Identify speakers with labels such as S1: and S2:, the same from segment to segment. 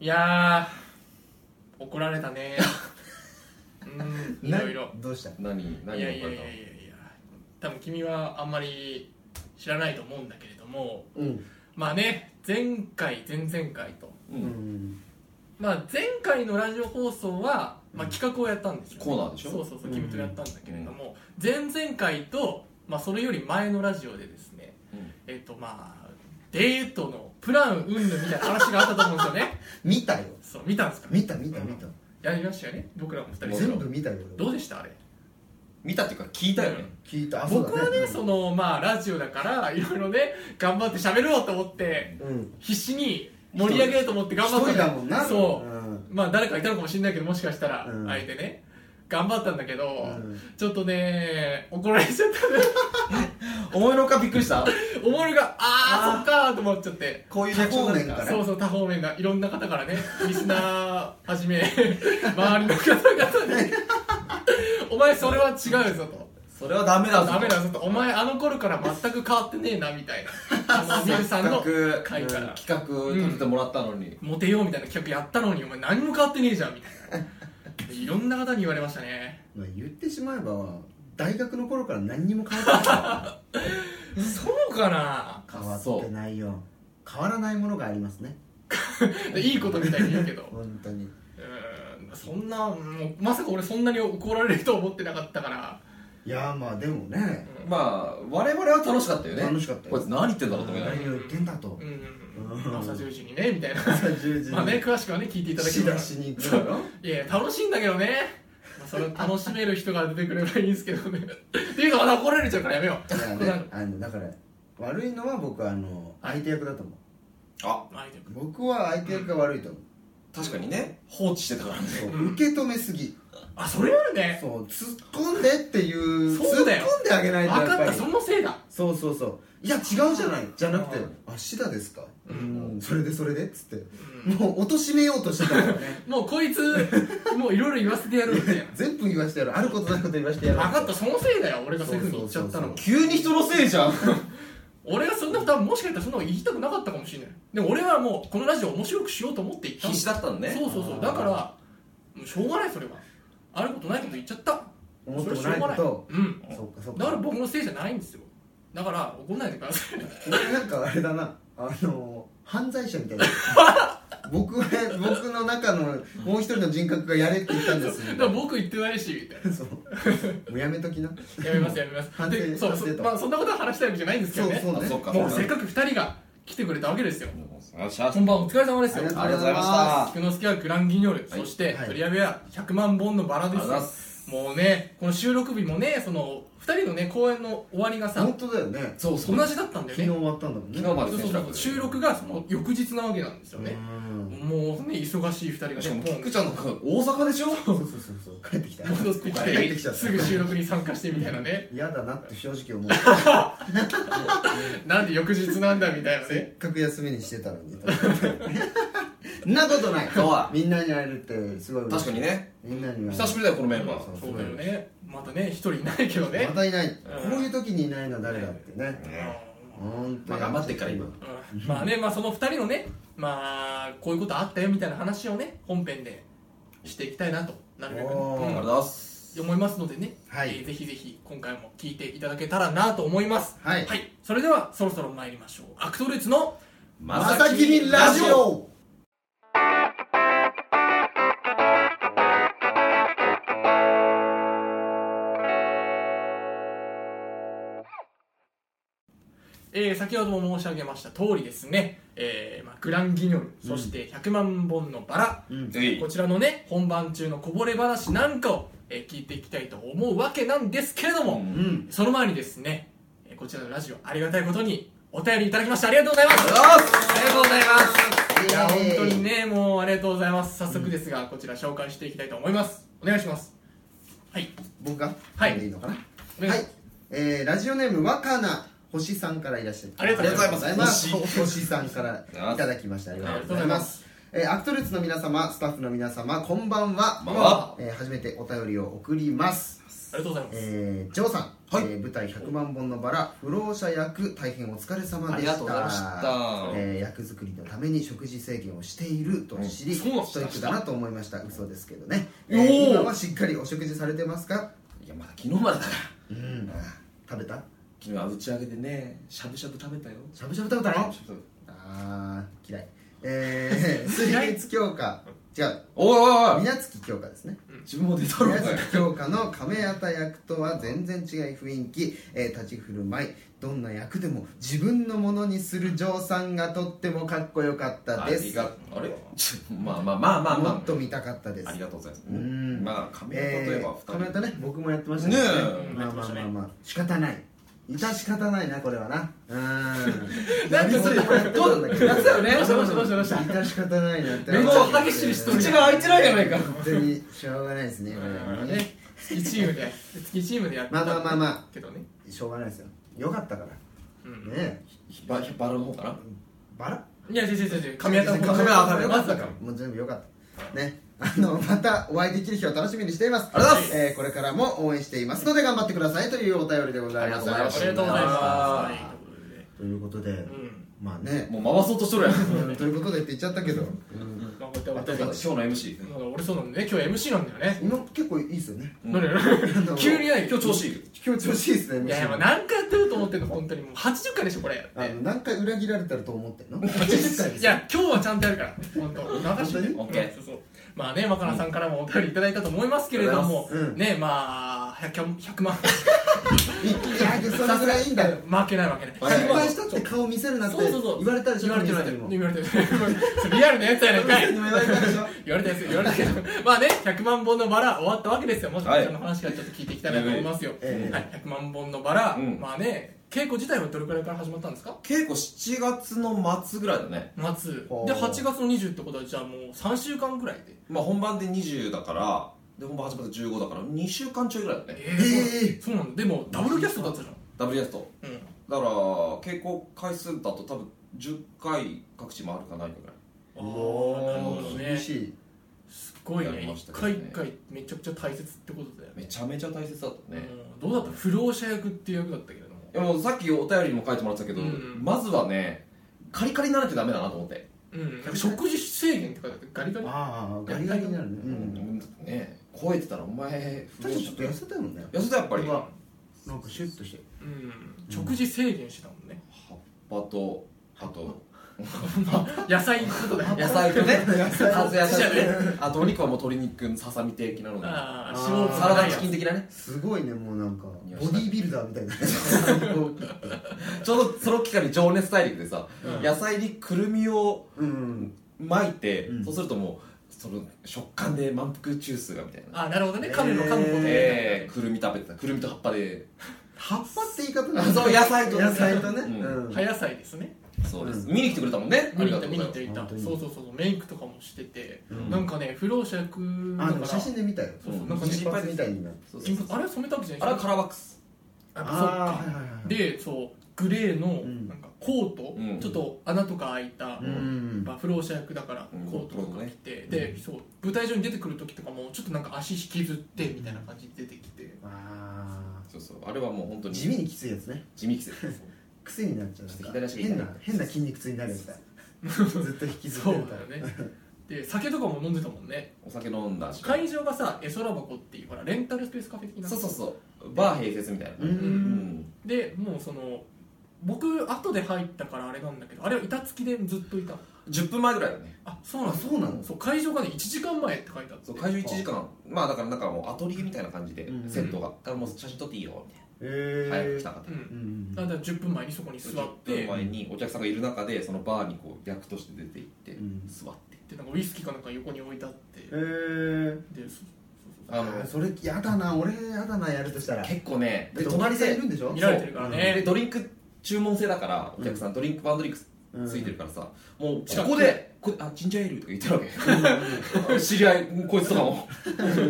S1: いやー怒られたねうんい
S2: な
S1: ろいろ
S2: どうしたの
S3: 何何
S1: い
S3: が
S1: やい
S3: 分
S1: や
S3: か
S1: い
S3: る
S1: やいやいや多分君はあんまり知らないと思うんだけれども
S2: うん
S1: まあね前回前々回と、
S3: う
S2: うんん
S1: まあ、前回のラジオ放送は、まあ、企画をやったんですよ、
S3: コーナーでしょ
S1: そうそうそう君とやったんだけれども、前々回と、まあ、それより前のラジオでですね
S3: うん
S1: えっ、とまあデートのプラン云々みたいな話があったと思うんですよね
S2: 見たよ
S1: そう見たんですか
S2: 見た見た見た
S1: やりましたよね僕らも2人
S2: 全部見たよ俺
S1: どうでしたあれ
S3: 見たっていうか聞いたよね
S2: 聞いたあそうだ
S1: 僕はねそのまあラジオだからいろいろね頑張って喋ろうと思って
S2: うん
S1: 必死に盛り上げようと思って頑張った
S2: 一人だもんな
S1: そう、
S2: ん
S1: まあ誰かいたのかもしれないけどもしかしたら
S2: うん
S1: 相手ね、頑張ったんだけど、
S2: うん
S1: ちょっとね怒られちゃっ
S3: 思いのほかびっくりした
S1: たね思いのがああそっかーと思っちゃって
S2: こういう多方面から
S1: そうそう多方面がいろんな方からねリスナーはじめ 周りの方々 に「お前それは違うぞ」と。
S3: それはダメだぞ
S1: ダメだぞとお前あの頃から全く変わってねえなみたいな あのミルさんの
S3: せっか
S1: 回
S3: く
S1: から
S3: 企画立ててもらったのに
S1: モテようみたいな企画やったのにお前何も変わってねえじゃんみたいないろんな方に言われましたね
S2: まあ言ってしまえば大学の頃から何にも変わってないから
S1: そうかな
S2: 変 わってないよ変わらないものがありますね
S1: いいことみたいに言うけど
S2: 本当に
S1: うーんそんなもうまさか俺そんなに怒られると思ってなかったから
S2: いやーまあでもね
S3: まあ我々は楽しかったよね
S2: 楽しかったよ
S3: こいつ何言ってんだろうと思いながら
S2: 何を言ってんだと
S1: うんうん
S2: う
S1: うんん朝10時にねみたいな
S2: 朝10時に
S1: まあね詳しくはね聞いていただけ
S2: 仕
S1: れば
S2: 出しに行く のよ
S1: いやいや楽しいんだけどねまあそれを楽しめる人が出てくればいいんですけどねっていうかまだ怒られちゃうからやめよう
S2: だから
S1: これあの
S2: ねあのだから悪いのは僕はあの相手役だと思う
S3: あ
S1: まあ相手君
S2: 僕は相手役が悪いと思う
S3: 確かにね放置してたからね
S2: そう受け止めすぎ
S1: あそれあるね
S2: そう突っ込んでっていう
S1: そうだよ
S2: 突っ込んであげない
S1: 分
S2: とやっ
S1: か
S2: ぱ
S1: っ
S2: り
S1: たそのせいだ
S2: そうそうそういや違うじゃないじゃなくて
S3: うん
S2: あシダですか
S1: う
S2: うんんそれでそれでっつって
S1: うん
S2: もう貶としめようとしてたから ね
S1: もう こいつもういろいろ言わせてやるみたいな
S2: 全部言わしてやるあることないこと言わしてやる
S1: 分かったそのせいだよ俺がそういうふうに言っちゃったの
S2: そうそうそうそ
S3: 急に人のせいじゃん
S1: 俺がそんなこと多分もしかしたらそんなこと言いたくなかったかもしれないでも俺はもうこのラジオ面白くしようと思って言った
S3: 必死だったのね
S1: そうそうそうだからもうしょうがないそれはあることないこと言っちゃった
S2: 思っても
S1: それしょ
S2: ないう
S1: がな
S2: こ
S1: い
S2: と
S1: うん
S2: そっかそっか
S1: だから僕のせいじゃないんですよだから怒んないでくだ さい
S2: 俺なんかあれだなあの犯罪者 みたいな僕は僕の中のもう一人の人格がやれって言ったんです
S1: だから僕言ってないしみたいな
S2: そうもうやめときな
S1: やめますやめます
S2: 反省
S1: でそうそ
S2: 反省と
S1: まあそんなことは話したいわけじゃないんですけ
S2: そ
S1: ど
S2: う
S1: ね
S2: そうね
S3: あそっか
S1: もうせっかく2人が来てくれたわけですよ
S3: よっしゃ
S1: 本番お疲れ様ですよ
S2: ありが
S3: ありがとうございました
S1: 菊之助はグランギニョル、
S3: はい
S1: そして
S2: はい
S1: 鳥矢部は100万本のバラで
S3: ありがとうございます
S1: よもうねこの収録日もねその2人のね公演の終わりがさ
S2: 本当だよね
S3: そうそう
S1: 同じだったんだよ
S2: 昨
S1: ね
S2: 日終わったんだもんね
S3: 昨日ま
S1: そう
S3: で
S1: そう
S3: 選
S1: そう
S3: 択
S1: 収録がその翌日なわけなんですよ
S2: う
S1: ね
S2: ん
S1: もうね忙しい2人が
S3: しかも
S1: ね
S3: キッ
S1: ポ
S3: ク
S1: ン
S3: ちゃんの方大阪でしょ
S2: そうそうそうそう帰ってきた
S1: 戻ってき
S2: 帰ってきちゃ
S1: て
S2: った
S1: すぐ収録に参加してみたいなね
S2: 嫌だなって正直思う
S1: なんで翌日なんだみたいな
S2: せ
S1: ね
S2: っかく休みにしてたのにそんなことない
S3: そう
S2: みんなに会えるってすごい嬉しい
S3: 確かにね
S2: みんなには
S3: 久しぶりだよこのメンバ
S2: そう
S3: ー
S1: そうだよねまたね1人いないけどね
S2: またいない
S1: うん
S2: こういう時にいないのは誰だってね
S1: うん
S2: 本当
S3: まあ頑張ってっから今
S1: うんまあね、まあ、その2人のね、まあ、こういうことあったよみたいな話をね、本編でしていきたいなと、なるべくね、
S2: おー
S3: ありが
S1: うん
S3: とうございます
S1: 思いますのでね、
S2: はい
S1: えーぜひぜひ今回も聞いていただけたらなと思います。
S2: はい
S1: それではそろそろ参りましょう。アクトルーツの
S2: まさきみラジオ
S1: えー先ほども申し上げました通りですね、えーまあ、グランギニョル、そして100万本のバラ、
S2: うん
S3: えい
S1: こちらのね本番中のこぼれ話なんかを、えー聞いていきたいと思うわけなんですけれども、
S3: うん
S2: うん
S1: その前にですね、えーこちらのラジオありがたいことにお便りいただきましてありがとうございま
S3: あり
S1: す。
S3: がとうございますありがとうございま
S1: い
S3: す
S1: や本当にねもうありがとうございます。早速ですが、こちら紹介していきたいと思います。お願いします。はい。
S2: 僕が
S1: はい
S2: 読んでいいのかな
S1: お願い
S2: はい、えーラジオネーム若菜星さんからいらっしゃい
S1: ありがとうございます
S2: 星星さんからいただきましたありがとうございますえーアクトルーツの皆様スタッフの皆様こんばんは、
S3: こんばんは
S2: えー初めてお便りを送ります、
S1: ありがとうございます。
S2: えー、ジョーさん
S3: はい
S2: えー舞台「100万本のバラ」不老者役大変お疲れ様
S3: あ
S2: で
S3: り
S2: した
S3: がとうございました
S2: えー役作りのために食事制限をしていると知り、
S1: うんそうなんだ
S2: ストイックだなと思いました嘘ですけどね、え
S3: お
S2: ー
S3: ー
S2: 今はしっかりお食事されてますか
S3: いやまだ昨日までだから
S2: うん食べた
S3: 昨日は打ち上げでねしゃぶしゃぶ食べたよ
S2: しゃぶしゃぶ食べたの
S3: しゃぶしゃぶ
S2: あー嫌いえー、 水月強化違う
S3: おいおいおい
S2: 水月強化ですね
S3: 自分も出たろ
S2: 宮崎京香の亀谷役とは全然違い雰囲気、えー立ち振る舞いどんな役でも自分のものにする嬢さんがとってもかっこよかった
S3: あ
S2: で
S3: り
S2: す
S3: があれまあまあまあまあ
S2: も
S3: ま
S2: っと見たかったです
S3: あありがとうございます
S2: うん
S3: まあ亀山といえば
S2: えー亀谷と
S3: ね
S2: ね僕もやってましたけど
S3: ねえ
S2: まあまあまあまあ仕方ないいた仕方ないなこれはなうーん
S1: なんかそれ
S2: やりそうなことなんだけど
S3: やってたよね
S1: どうしたどうしたどうしたどうした
S2: いた仕方ないなって
S1: めっちゃ激しい人
S3: 口が開いてないじゃないか
S2: 本当にしょうがないですねこれはね
S1: ね月チームで月チームでやってた
S2: まあまあまあま
S1: けどね
S2: しょうがないですよよかったからね
S1: うん
S2: え
S3: 引っ張引っ張る方かない
S2: バラ
S1: いや違う違う違う髪型も
S2: 髪
S1: 髪
S2: 型
S1: 型も
S2: も良
S1: よ
S2: か
S1: かっ
S2: っ
S1: たた
S2: か
S1: から
S2: もう全部よかったねあのまたお会いできる日を楽しみにしています
S3: ありがとうございます
S2: えーこれからも応援していますので頑張ってくださいというお便りでございます
S3: ありが
S1: ありがとうございます
S2: ということで、
S1: うん
S2: まあね、
S3: もう回そうとしとるやん
S2: うんということでって言っちゃったけど、うん
S1: なんか言っても
S3: あと
S1: らった
S3: 今
S1: けど
S3: 日の MC
S1: なんか俺そうなのね今日 MC なんだよね
S2: 今結構いいですよね
S3: うん
S1: 何
S2: の
S1: 急にない
S3: 今日調子いい
S2: 今日調子いいですね
S1: いやいやもう何回やってると思ってんの本当にもう80回でしょこれや
S2: あ
S1: っ
S2: の
S1: て
S2: 何回裏切られたると思ってんの ?80 回で
S1: い
S2: すよ
S1: や今日はちゃんとやるから本当任せて
S2: 本
S3: 当に OK
S1: そうそうまあね若菜さんからもお便りいただいたと思いますけれども
S2: ありがとうございますうん
S1: ねまあ 100, 100万
S2: いやいやそれぐらいいいんだよ
S1: 負けない負けない
S3: はい
S2: 失敗したって顔見せるなって
S1: そうそうそう
S2: 言われたでしょ
S1: 言われてる
S2: 神様にも
S1: 言われてる リアルなやつやないかい
S2: 神様にも言われたでしょ
S1: 言われたやつ言われたけど まあね100万本のバラ終わったわけですよまずこちらの話からちょっと聞いていきたいなと思いますよ、
S2: ええ
S1: はい、100万本のバラ、
S3: うん
S1: まあね稽古自体はどれくらいから始まったんですか
S3: 稽古7月の末ぐらいだね
S1: 夏
S2: ほう
S1: で8月の20ってことはじゃあもう3週間ぐらいで
S3: まあ本番で20だからで本番始まって15だから2週間ちょいぐらいだね
S1: え
S2: ええ
S1: そうなんだでもダブルキャストだったじゃ
S3: ダブルキャスト
S1: ん、うん、
S3: だから稽古回数だと多分10回各地回るかないかぐらい
S1: ああなるほどね
S2: 厳しい
S1: すごい
S3: や
S1: ね
S3: りまし
S1: 一
S3: たけど
S1: 回
S3: ね
S1: 一回めちゃくちゃ大切ってことだよ
S3: めちゃめちゃ大切だったね、
S1: うんどうだった不老者役っていう役だったけれども
S3: いやもうさっきお便りにも書いてもらってたけど、
S1: うんうん
S3: まずはねカリカリにならなきゃダメだなと思って、
S1: うん食事制限って書いてあってガリガリ
S2: ああガリガリになるねう
S3: うんんね超えてたらお前不
S2: 確
S3: 良
S2: かに
S3: 者
S2: ちょっと痩せたもんね
S3: 痩せたやっぱり
S2: う
S3: 葉
S2: わなんかシュッとして
S1: うん食事制限してたもんね
S3: っぱとあと
S1: 野菜のことだ よ
S3: 野菜とね 数野
S1: そう
S3: 菜と
S1: だ
S3: ねあとお肉はもう鶏肉のささみ的なので
S1: ああ
S2: あー
S1: 脂肪
S3: サラダチキン的なね
S2: すごいねもうなんかボディービルダーみたいな 最高
S3: ちょうどその期間に情熱大陸でさ、
S1: うん
S3: 野菜にくるみを
S2: うん
S3: 巻いて、
S2: うん
S3: そうするともうその食感で満腹中枢がみたいな
S1: あなるほどね噛めば噛むほどね
S3: えー、くるみ食べてたくるみと葉っぱで
S2: 葉っぱって言い方な
S3: あそう野菜とね
S2: 野菜とね
S3: うん
S2: うん
S1: 葉野菜ですね
S3: そうです、
S2: うん
S3: 見に来てくれたもんねあ
S1: 見
S3: り
S1: に行
S3: が
S1: った見
S3: とうござ
S1: に
S3: い
S1: 行った見に行
S3: ます
S1: った
S2: 本当に
S1: そうそうそうそうメイクとかもしてて
S2: うん
S1: なんかね不老者役
S2: あ
S1: だ
S2: でも
S1: から
S2: 写真で見たよ
S1: そうそう
S3: うん
S1: なんかね
S2: 金髪みたいにな
S3: そうそう
S1: 金
S3: そう
S1: 髪あれは染めたわけじゃ
S3: あ
S1: な
S3: れ
S1: い
S3: はカラーワックス
S1: あ
S2: ああ
S1: そっ
S2: ー
S1: か
S2: はいはいはい
S1: でそうグレーの
S2: うん
S1: なんかコート、
S3: うん
S1: ちょっと穴とか開いた、
S2: うん
S1: まあ、不老者役だから
S3: うん
S1: コートとか着て、
S3: うん
S1: でそう舞台上に出てくる時とかもちょっとなんか足引きずってみたいな感じで出てきて、
S2: あ
S3: そうそうあれはもう本当
S2: ー
S3: に
S2: 地味にきついやつね
S3: 地味着せる
S2: 癖になっちゃうなんか
S3: ちょっと左足が痛い
S2: 変な変な筋肉痛になるみたい なずっと引きずっ
S1: そ
S2: て
S1: う
S2: る
S1: だ
S2: から
S1: よねで酒とかも飲んでたもんね
S3: お酒飲んだし
S1: 会場がさ絵空箱っていうほらレンタルスペースカフェ的な
S3: そうそうそうバー併設みたいな
S2: う
S1: うん
S3: ん
S1: でもうその僕後で入ったからあれなんだけどあれは板付きでずっといたの
S3: 10分前ぐらいだね
S1: あそうな
S2: あ
S1: んだ
S2: そうなの
S1: そう会場がね1時間前って書いてあって
S3: そう会場1時間まあだからなんかもうアトリエみたいな感じで
S2: うん
S3: セットがだからもう写真撮っていいよみたい
S2: え
S3: な早く来たかっ
S1: う
S3: た
S1: ん
S2: ん
S1: だから10分前にそこに座っ
S3: 10
S1: て
S3: 分前にお客さんがいる中でそのバーにこう役として出て行って
S2: うん
S3: 座って
S1: でなんかウイスキーかなんか横に置いてあって
S2: えー
S1: でそ
S3: あ
S2: あ
S3: の
S2: のそれやだな俺やだなやるとしたら
S3: 結構ねで
S2: だってお客
S3: 隣
S2: さんい
S3: で
S2: るんでしょ
S1: 見られてるからね
S3: でドリンク注文制だからお客さんドリンクワンドリンク
S2: うん
S3: ついてるからさ、もう
S1: しか
S3: こ
S1: も
S3: こでこあジンジャーエールとか言ってるわけ 知り合いこいつとかも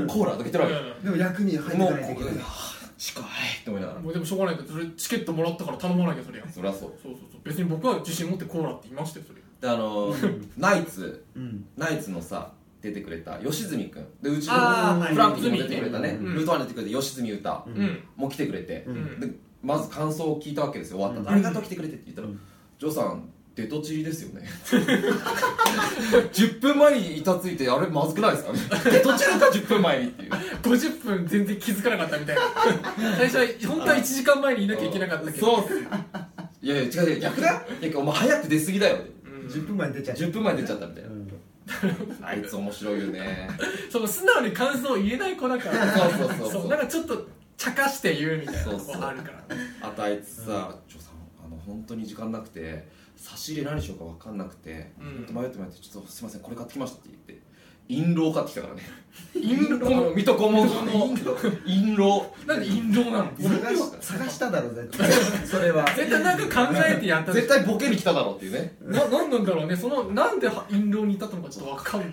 S3: コーラとか言ってるわけ、
S2: でも薬味入って
S3: も
S2: な
S3: う
S2: いとい
S3: こ
S2: け
S3: こ
S2: な
S3: で
S2: い
S3: 「はぁ近い」って思いなが
S1: もうでもしょうがないけどそれチケットもらったから頼まなきゃそりゃ
S3: ら
S1: そう
S3: そりゃそう
S1: そうそう別に僕は自信持ってコーラって言いましたよそれ
S3: であのーナイツ
S2: うん
S3: ナイツのさ出てくれた吉住君でうちの
S1: あーはい
S3: フランクにも出てくれたね、
S1: うん
S3: ルートワンに出てくれた吉住歌
S2: うん
S1: うん
S3: も来てくれて、
S2: うん
S1: うん
S3: でまず感想を聞いたわけですよ終わった後、
S2: うん
S3: ありがとう来てくれてって言ったら「
S2: うん
S3: ジョーさんデトチリですよね」10分前に板ついてあれまずくないですかデトチリか10分前にっていう
S1: 50分全然気づかなかったみたいな 最初は本当は1時間前にいなきゃいけなかったけど
S3: そうっすいやいや違う違う逆だいやお前早く出過ぎだよ
S1: うん
S2: 10分前に出ちゃう
S3: 10分前に出ちゃったみたいうなんあいつ面白いよね
S1: その素直に感想を言えない子だか
S3: そう
S1: ら
S3: そうそう
S1: そ
S3: そうう
S1: なんかちょっと茶化して言うみたいな
S3: そう
S1: と
S3: そう
S1: こあるからね
S3: あとあいつさ「ちょさんあの本当に時間なくて差し入れ何しようか分かんなくて、
S1: うん
S3: 迷って迷って「ちょっとすいませんこれ買ってきました」って言って印籠を買ってきたからね
S1: 陰謀
S3: この水戸黄門の印籠
S1: なんで陰謀なの
S3: 俺
S2: 探し探しただろ絶対それは
S1: 絶対なんか考えてやった
S3: 絶対ボケに来ただろうっていうね
S1: ななんなんだろうねそのなんで陰謀に至ったのかちょっとわかんない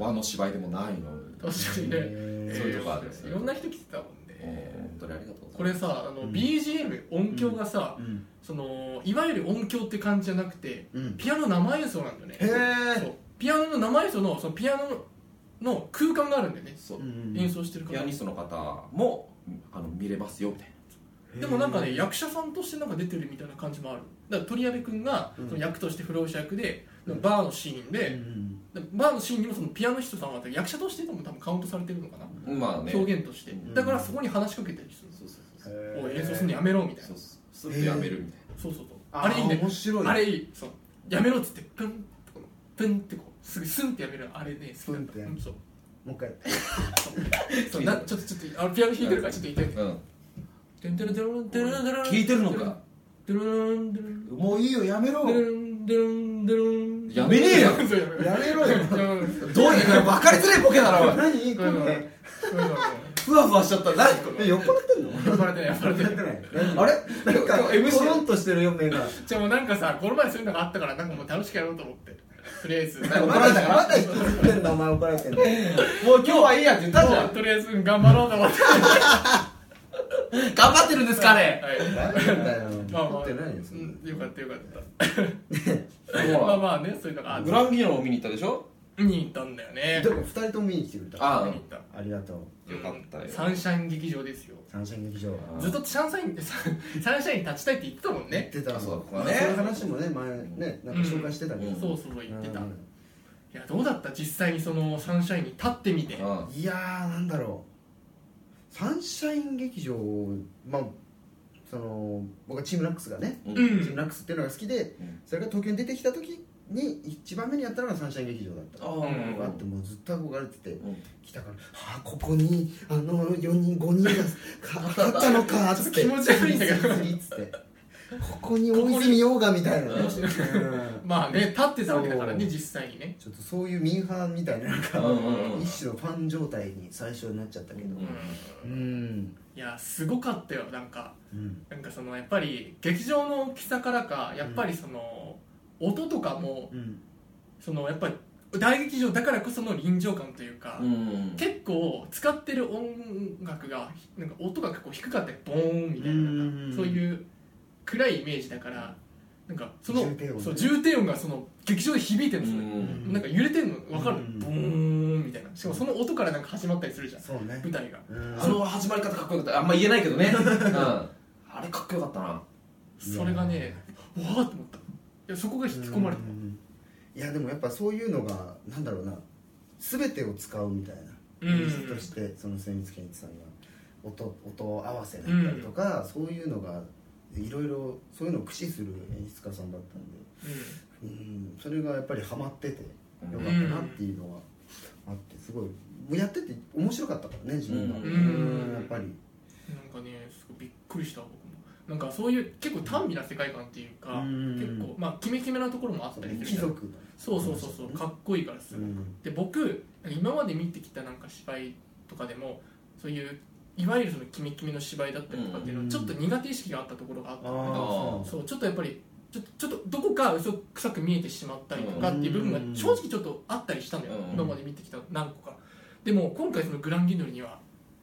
S3: 和の芝居でもないのに
S1: 確かにね
S3: そう
S2: え
S3: いうとこあるよね
S1: いろんな人来てたもんね
S3: 本当にありがとう
S1: これさあの、
S2: うん
S1: BGM 音響がさ、
S2: ーうん
S1: そのいわゆる音響って感じじゃなくて
S2: うん
S1: ピアノ生演奏なんだよね
S2: へえ
S1: そうピアノの生演奏のそのピアノのの空間があるんだよね
S3: そう
S1: 演奏してるか
S3: ピア
S1: ら
S3: ニストの方もあの見れますよみたいな
S1: でもなんかね役者さんとしてなんか出てるみたいな感じもあるだから鳥谷部君が
S2: うん
S1: その役として不老者役で、
S2: うん
S1: バーのシーン
S2: う
S1: で、
S2: ん
S1: バーのシーンにもそのピアノストさんは役者としてでも多分カウントされてるのかな、
S3: まあね
S1: 表現として、
S3: うん
S1: だからそこに話しかけたりするんです
S3: そうそう
S2: へ
S3: そう
S2: ー
S1: おい演奏するのやめろみたいな
S3: そうそうすっとやめるみたい
S1: そうそうそう
S2: あ
S1: あれいいね
S2: 面白い
S1: あれいいそうやめろっつってプンってこのプンってこうすぐスンってやめるあれね好きだった
S2: プンってやる
S1: うんそう
S2: もう一回
S1: そうなちょっとちょっとあのピアノ弾いてるからちょっと言ってみて
S3: なうん
S1: テンテルテルンテルンテルン
S3: 聞いてるのか
S1: テルンテルン
S3: もういいよやめろ
S1: ドゥルンドゥルンドゥルン
S3: やめねえよ
S1: そうやめ
S2: やめろよ
S1: うんうん
S3: どうにか分かりづらいボケだろおい
S2: 何こ
S1: うん
S2: れ
S3: ふわふわしちゃった何こ
S2: え酔っ払ってん
S1: 呼
S2: の
S1: ばれてない呼ばれて
S2: や
S1: な
S2: っ
S1: い
S2: てない
S3: れあれ
S2: なんか
S3: 今日 MC
S2: コロンとしてるよ目が
S1: じゃあもうなんかさこの前そういうのがあったからなんかもう楽しくやろうと思ってとりあえ ず
S3: 怒られたから
S2: まだ引きずってんだお前怒られてんだ
S3: もう今日はいいやって言ったじゃ
S1: もうんとりあえずうん頑張ろうと思って
S3: 頑張ってるんですかね
S1: はい
S2: 何だよ
S1: まあま
S2: 怒
S1: あ
S2: ってないよそんな
S1: うんよかったよかった
S3: ほ
S1: まあ
S3: ら
S1: まあね、そういうのがあっ
S3: グランピーノを見に行ったでしょ
S1: に行ったんだよね。
S2: でも二人とも見に来てくれた
S3: あ
S1: 見に行った。
S2: ありがとう
S3: よかったよ
S1: うんサンシャイン劇場ですよ。
S2: 三振劇場
S3: うん
S1: ずっとサンシャインって さサンシャインに立ちたいって言ってたもん
S2: 言っ
S1: ね。
S2: てた
S3: あ
S2: の
S3: そうだここ
S2: ま
S3: は
S2: あ
S3: ね
S2: そういう話もね前ねなんか紹介してたけど
S3: うん
S1: そうそう言ってた。
S2: う
S1: い
S2: ん
S1: やどうだった実際にそのサンシャインに立ってみて。
S3: う
S2: いやーなんだろうサンシャイン劇場まあその僕はチームラックスがね、
S3: ん
S1: う
S2: チーム
S1: ん。
S2: ラックスっていうのが好きで、
S3: うん
S2: それが東京に出てきた時に一番目にやったのがサンシャイン劇場だった
S3: あ
S1: うん
S2: あってもうずっと憧れてて
S3: うん
S2: 来たから「ああここにあの4人5 人がかあったのか」つって
S1: ちょっと気持ち悪いんだけど
S2: スリスリスリっつってここに大泉洋がみたいなね、
S3: ここ
S2: うん
S1: まあね立ってたわけだからね実際にね。
S2: ちょっとそういうミーハーみたいななんか、
S3: うんうんうん
S2: 一種のファン状態に最初になっちゃったけど
S3: う
S1: うん
S3: ん。
S2: うん、
S1: いやすごかったよなんか
S2: うん、
S1: なんかそのやっぱり劇場の大きさからかやっぱりその音とかも
S2: うん
S1: そのやっぱり大劇場だからこその臨場感というか。
S3: うん
S1: 結構使ってる音楽がなんか音が結構低かったりボーンみたいな
S2: うん
S1: なんかそういう暗いイメージだからなんかその
S2: 重低音ね
S1: そう重低音がその劇場で響いてるんですね、
S3: うん
S1: なんか揺れてるの分かる、
S2: うん
S1: ボーンみたいなしかもその音からなんか始まったりするじゃん
S2: そうね
S1: 舞台が
S2: うん
S3: あの始まり方かっこよかったあんま言えないけどねうんあれかっこよかったな
S1: それがねわーって思ったいやそこが引き込まれた
S2: うんいやでもやっぱそういうのがなんだろうな全てを使うみたいな
S1: うん
S2: 技術としてその千光健一さんが音音合わせだったりとか、そういうのがいろいろそういうのを駆使する演出家さんだったんで、うん、それがやっぱりハマってて
S3: うん
S2: よかったなっていうのはあってすごいもうやってて面白かったからね自分が、
S3: うん
S2: うんやっぱり、
S1: なんかねすごいびっくりした僕もなんかそういう結構短美な世界観っていうか、
S2: うん
S1: 結構まあキメキメなところもあったりする
S2: 貴
S1: じゃん
S2: 族
S1: そうそうそうそうかっこいいからす
S2: う
S1: ごい
S2: ん
S1: で僕今まで見てきたなんか芝居とかでもそういういわゆるそのキメキメの芝居だったりとかっていうの
S2: う
S1: は
S2: ん
S1: ちょっと苦手意識があったところがあったの
S2: あ
S3: あ
S2: あ
S3: ー
S1: そうちょっとやっぱりちょっとちょっとどこか嘘くさく見えてしまったりとかっていう部分が
S2: うん
S1: 正直ちょっとあったりしたのよ
S3: うん
S1: 今まで見てきた何個かでも今回そのグランギノリには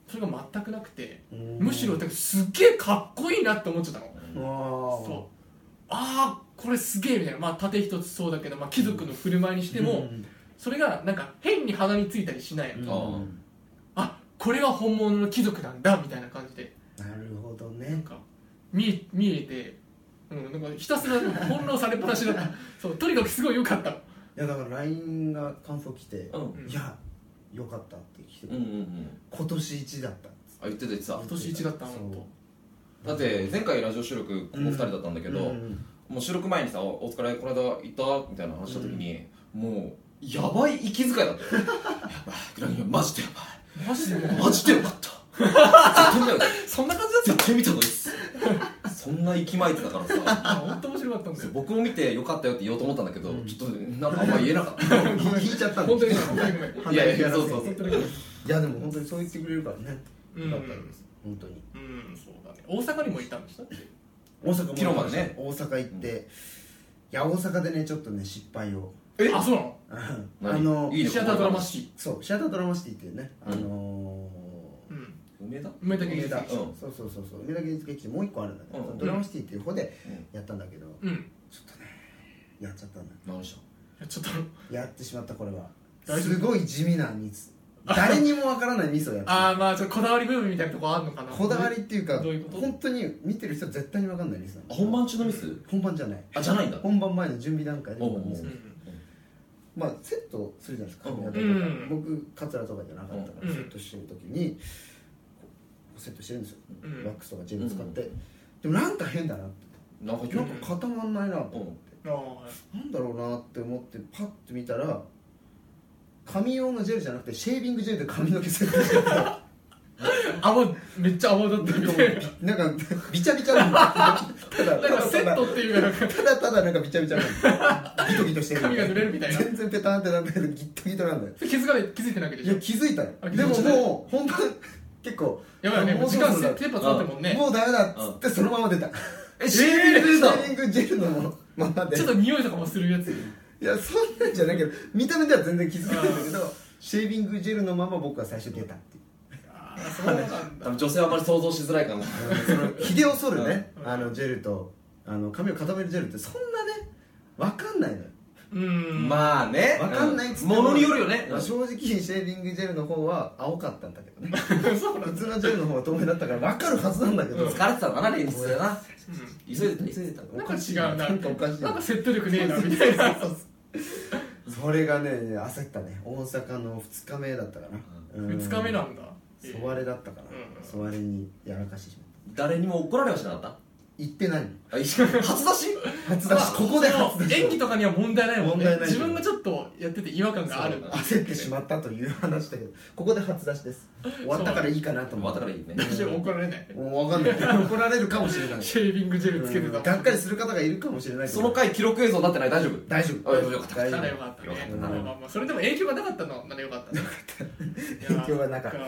S1: それが全くなくてむしろだからすっげえかっこいいなって思っちゃったの
S2: うわ
S1: そうああこれすげえみたいなまあ盾一つそうだけどまあ貴族の振る舞いにしても
S2: うん
S1: それがなんか変に鼻についたりしない、
S2: うん
S3: あ
S1: あこれが本物の貴族なんだみたいな感じで
S2: なるほど
S1: なん
S2: ね
S1: か見え見えて、うん、なんかひたすら翻弄されっぱなしだ ったそうとにかくすごい良かった
S2: いやだから LINE が感想来て
S3: うんうん
S1: ん
S2: 「いやよかった」って来て
S3: うんうん
S2: 今年一だった
S3: あ言ってた言ってた
S1: 今年一だった
S2: そう
S1: 本当
S3: だって前回ラジオ収録ここ2人だったんだけど、
S2: うん
S3: もう収録前にさ「おお疲れこの間行った?」みたいな話した時に、もうやばい息遣いだったよやばいグラニアマジでや
S1: マジで
S3: ばいマジでよかった絶対見た方がいい
S1: そんな感じ
S3: 絶対見た方がいいっす そんな息巻いてたから
S1: だっ
S3: さ
S1: た本当面白かったんだ
S3: そう
S1: よ
S3: 僕も見てよかったよって言おうと思ったんだけど、
S2: うん
S3: ちょっとなんかあんま言えなかっ
S2: 引いちゃったん
S1: 本当に
S2: い
S1: ごめんごめん
S3: たいやいやそうそうそ
S1: 本
S3: う
S1: 当にごめん
S2: やでも本当にそう言ってくれるからね
S1: うん
S2: よかったです本当に
S1: うんそうだね大阪にもいたんでしたって
S2: 大阪も
S3: 昨日までね
S2: 大阪行って、いや大阪でねちょっとね失敗を
S1: えあそうなの
S2: あ
S3: 何
S2: の
S3: いいね
S1: シアタードラマシテ
S2: そうシアタードラマシティっていうね
S3: うん
S2: あの
S1: ィうん
S3: た
S1: 梅
S3: 梅田
S1: 田
S2: ー
S1: 芸
S2: 梅
S1: 術
S2: 田、
S1: 劇場
S3: うん
S2: そうそうそうそう梅田芸術劇場もう一個あるんだけど、
S3: うん
S2: ドラマシティっていう方で
S3: うん
S2: やったんだけど、
S1: うん
S2: ちょっとねやっちゃったんだ
S3: 何した
S1: いやちょっと
S2: やってしまったこれは
S1: 大丈夫
S2: すごい地味なミス誰にもわからないミスをや って
S1: ああまあちょっとこだわり部分みたいなとこあるのかな
S2: こだわりっていうか
S1: どういうこと
S2: 本当に見てる人は絶対にわかんないミスなの
S3: あ本番中のミス
S2: 本番じゃない
S3: あじゃないんだ
S2: 本番前の準備段階で
S3: おうおう
S2: ミス
S1: うん
S2: まあ、セットするじゃないですか、
S3: うん
S2: 髪型とか僕カツラとかじゃなかったから、
S1: うん
S2: セットしてる時にこうセットしてるんですよ、
S1: うん
S2: ワックスとかジェル使って、
S3: うん
S2: でもなんか変だなって
S3: なんか
S2: なんか固まんないなと思って、
S1: あー
S2: なんだろうなって思ってパッて見たら髪用のジェルじゃなくてシェービングジェルで髪の毛セットしてて
S1: 泡めっちゃ泡立ってるみたい
S2: なんかびちゃびちゃなんだただ
S1: ななんかセ
S2: た
S1: ッ
S2: だ
S1: トっていうかなんか
S2: ただただなんかびちゃびちゃなんだギトギトしてる
S1: 髪が濡れるみたいな
S2: 全然ペタンってなんだけどギットギトなんだよ
S1: 気づかない気づいてないわけ
S2: い
S1: でし
S2: や
S1: ょ
S2: 気づいた
S1: あ
S2: よ
S1: 気
S2: で
S1: づい
S2: も
S1: た
S2: もう本当結構
S1: やばいよ
S2: も
S1: ね
S2: う
S1: 時
S2: そろ
S1: 間
S2: そろだ
S1: テーパ詰まってるもんね
S2: もうダメだっつってそのまま出た
S3: えシェービング出た
S2: シェービングジェルのままで
S1: ちょっと匂いとかもするやつ
S2: いやそんなんじゃないけど見た目では全然気づかないんだけどシェービングジェルのまま僕は最初出たっていう
S1: ああそうなん
S3: 多
S1: だ
S3: 分女性はあまり想像しづらいかな
S2: そのひげを剃るね
S1: うん
S2: あのジェルとあの髪を固めるジェルってそんなね分かんないのよ
S1: うん
S3: まあね
S2: 分かんないっつって
S3: ものによるよね
S2: まあ正直シェービングジェルの方は青かったんだけどね
S1: そうなん
S2: 普
S1: だ
S2: 通のジェルの方は透明だったから分かるはずなんだけど
S1: うん
S3: 疲れてたのかな練習だな
S1: うん
S3: 急いでた急いでた
S1: なんか違うな
S2: なんかおかしい
S1: なんか説得力ねえなみたいな
S2: それがね焦ったね大阪の2日目だったかな、う
S1: 2日目なんだ
S2: そわれだったかな、
S1: うん
S2: そわれにやらかしてしまった
S3: 誰にも怒られはしなかった
S2: 行ってないの
S3: あいい初出し
S2: 初出し ここで初出し
S1: 演技とかには問題ないもん
S2: 問
S1: ね
S2: 題ない
S1: 自分がちょっとやってて違和感がある
S3: そう
S2: 焦ってしまったという話だけどここで初出しです終わったからいいかなと
S3: ま
S2: 思
S3: あ
S2: っ
S3: だ
S2: て
S3: からいいね
S1: 私は怒られない
S2: もう分かんない怒られるかもしれ ない
S1: シェービングジェルつけてた
S2: うんがっかりする方がいるかもしれないけど
S3: その回記録映像になってない大丈夫
S2: 大丈夫
S3: あよかった
S2: 大丈
S1: ならよ
S2: 夫
S1: かった
S3: よかっ
S1: ね
S3: た
S1: まあまあまあそれでも影響がなかったのならよかったねいや
S2: 影響がなかった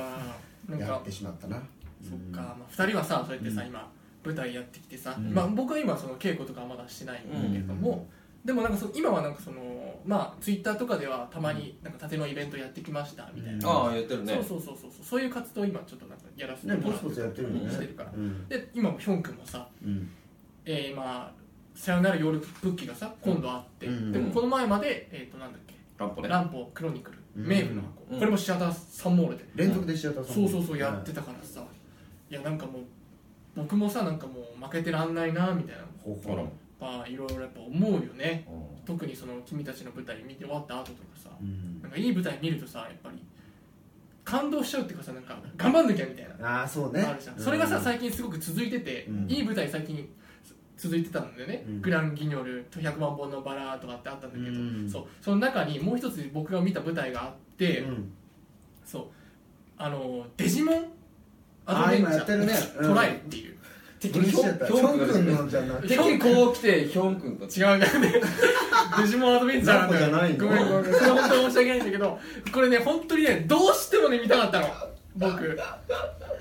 S1: なん
S2: や
S1: か
S2: ってしまったな
S1: そっか、まあ、2人はさそうやってさ、今舞台やってきてさ、
S2: うん
S1: まあ、僕は今その稽古とかはまだしてないんだけれども、でもなんかその今はなんかそのまあツイッターとかではたまになんか縦のイベントやってきましたみたいな、
S3: ああ言ってるね
S1: そうそうそうそうそうそういう活動を今ちょっとなんかやらせて
S2: ね
S1: も
S2: ポ
S1: ら
S2: ツ
S1: って
S2: ポツやってるよね
S1: してるから
S2: うん
S1: で今もヒョン君もさ、
S2: うん
S1: えー、まあさよなら夜復帰がさ今度あって、
S2: うん
S1: でもこの前までえっ、となんだっけ
S3: ランポね
S1: ランポクロニクル、
S2: うん
S1: 名の箱、
S3: うん
S1: これもシアターサンモールで
S2: 連続でシアターさん
S1: そうそうそうやってたからさ、い、やなんかもう僕もさなんかもう負けてらんないなみたいな
S2: ほ
S3: ほら
S2: ほ
S1: まあいろいろやっぱ思うよね
S3: う
S1: 特にその君たちの舞台見て終わった後とかさ
S2: うん
S1: なんかいい舞台見るとさやっぱり感動しちゃうっていうかさなんか頑張んなきゃみたいな
S2: ああそうね
S1: あるじゃんそれがさ
S2: うん
S1: 最近すごく続いてて、
S2: うん
S1: いい舞台最近続いてたんだよね、
S2: うん
S1: グランギニョルと100万本のバラとかってあったんだけど、
S2: うん
S1: そうその中にもう一つ僕が見た舞台があって、
S2: うん
S1: そうあのデジモン
S2: あー
S1: アドベンチ
S2: 今や
S1: ャ
S2: ってるね
S1: ー、
S2: うん
S1: トライっていう
S3: 敵
S2: ブルーシアターヒョン君のじゃなく
S3: 敵にこう来てヒョン君と
S1: 違うんだよね デジモンアドベンチャーなんだよ
S2: ランコじ
S1: ご
S2: ゃ
S1: め
S2: ない
S1: ん
S2: の
S1: ごめんそれは本当に申し訳ないんだけどこれね本当にねどうしてもね見たかったの 僕本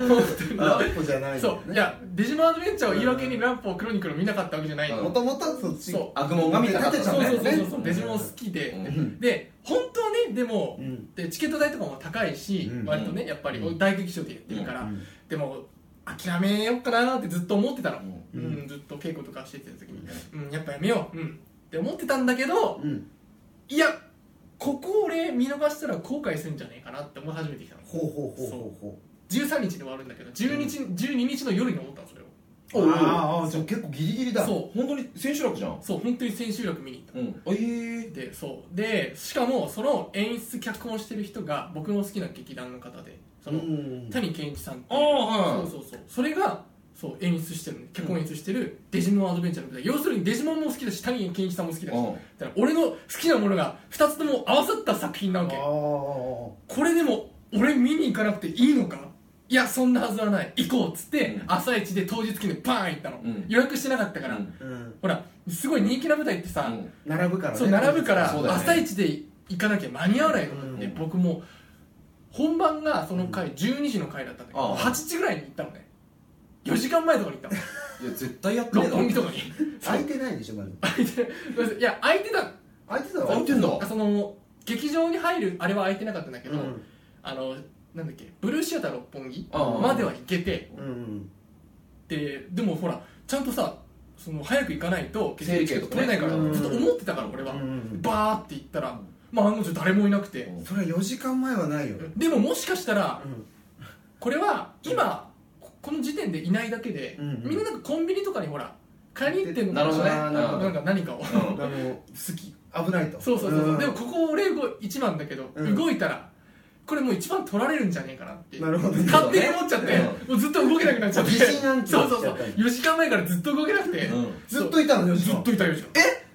S1: 当に
S2: ランコじゃない
S1: そういやデジモンアドベンチャーを言い訳にランプをクロニクル見なかったわけじゃないの、
S2: もともとそっち
S1: そ
S3: 悪魔が見たかった
S1: そうそうそうそう、
S2: うん
S1: デジモン好きで、
S3: うん
S1: で本当はねでも、
S2: うん
S1: でチケット代とかも高いし、
S2: うん
S1: 割とねやっぱり大劇場でやってるから、
S2: うん
S1: でも諦めようかなってずっと思ってたの、う
S2: うんん
S1: ずっと稽古とかしてた時に、うんやっぱやめよう、うん、って思ってたんだけど
S2: うん
S1: いやここ俺見逃したら後悔するんじゃないかなって思い始めてきたの
S2: ほうほうほうほうほ
S1: 13日に終わるんだけど12日、12日の夜に思ったのそれを
S2: う
S3: おう
S2: あーあーじゃあ結構ギリギリだ
S1: そ
S3: 本当に千秋楽じゃん
S1: うそう本当に千秋楽見に行った
S3: うんあええ
S1: でそうでしかもその演出脚本してる人が僕の好きな劇団の方でその、
S2: ん
S1: 谷健一さんって
S3: ああはい
S1: そうそうそうそれがそう演出してるの脚本演出してるデジモンアドベンチャーの舞台要するにデジモンも好きだし谷健一さんも好きだし
S3: うん
S1: だから俺の好きなものが2つとも合わさった作品なわけ
S2: あ
S1: これでも俺見に行かなくていいのかいやそんなはずはない行こうっつって、
S3: うん
S1: 朝一で当日券でバーン行ったの、
S3: うん
S1: 予約してなかったから、
S3: うん
S2: あうん
S1: ほらすごい人気な舞台ってさ、
S3: うん
S2: 並ぶからね
S1: そう並ぶから
S3: そうだよね
S1: 朝一で行かなきゃ間に合わないと思って、
S2: うん
S1: 僕も本番がその回12時の回だったんだけ
S3: あ
S1: ど
S3: あ
S1: 8時ぐらいに行ったのね4時間前とかに行った の
S3: いや絶対やってねえ
S1: 六
S3: だ
S1: 本木
S3: ろ
S1: とかに
S2: 空いてないでしょまだ
S1: 空いてないいや空いてた
S2: 空いてたわ
S3: 空いてんだ
S1: その劇場に入るあれは空いてなかったんだけ
S2: う
S1: ど、
S2: ん
S1: あのなんだっけブルーシアター六本木
S3: ああ
S1: までは行けて
S2: うん
S1: ででもほらちゃんとさその早く行かないと
S3: 整理券と
S1: 取
S3: かね
S1: れないから
S2: うん
S1: ずっと思ってたから俺は、
S2: うん
S1: バーって行ったら、まあ、案の定誰もいなくて、
S3: うん
S2: それは4時間前はないよ
S1: でももしかしたら
S2: う
S1: これは今ここの時点でいないだけで、
S2: うんうん
S1: みんななんかコンビニとかにほら買いに行ってんの
S3: なるほどね
S2: あーなるほ
S1: なんか何かを、
S3: うん
S2: んあの好き危ないと
S1: そうそうそうそう、
S2: ん
S1: でもここ俺一番だけど、
S2: うん
S1: 動いたらこれもう一番取られるんじゃねえかなって
S2: なるほどね
S1: 勝手に思っちゃって、もうずっと動けなくなっちゃって
S2: 疑心暗鬼にしち
S1: そ
S2: ゃっ
S1: う
S2: た
S1: そうそう4時間前からずっと動けなくて、
S3: うん
S2: ずっといたの4時
S1: ずっ
S2: 間
S1: といたよえ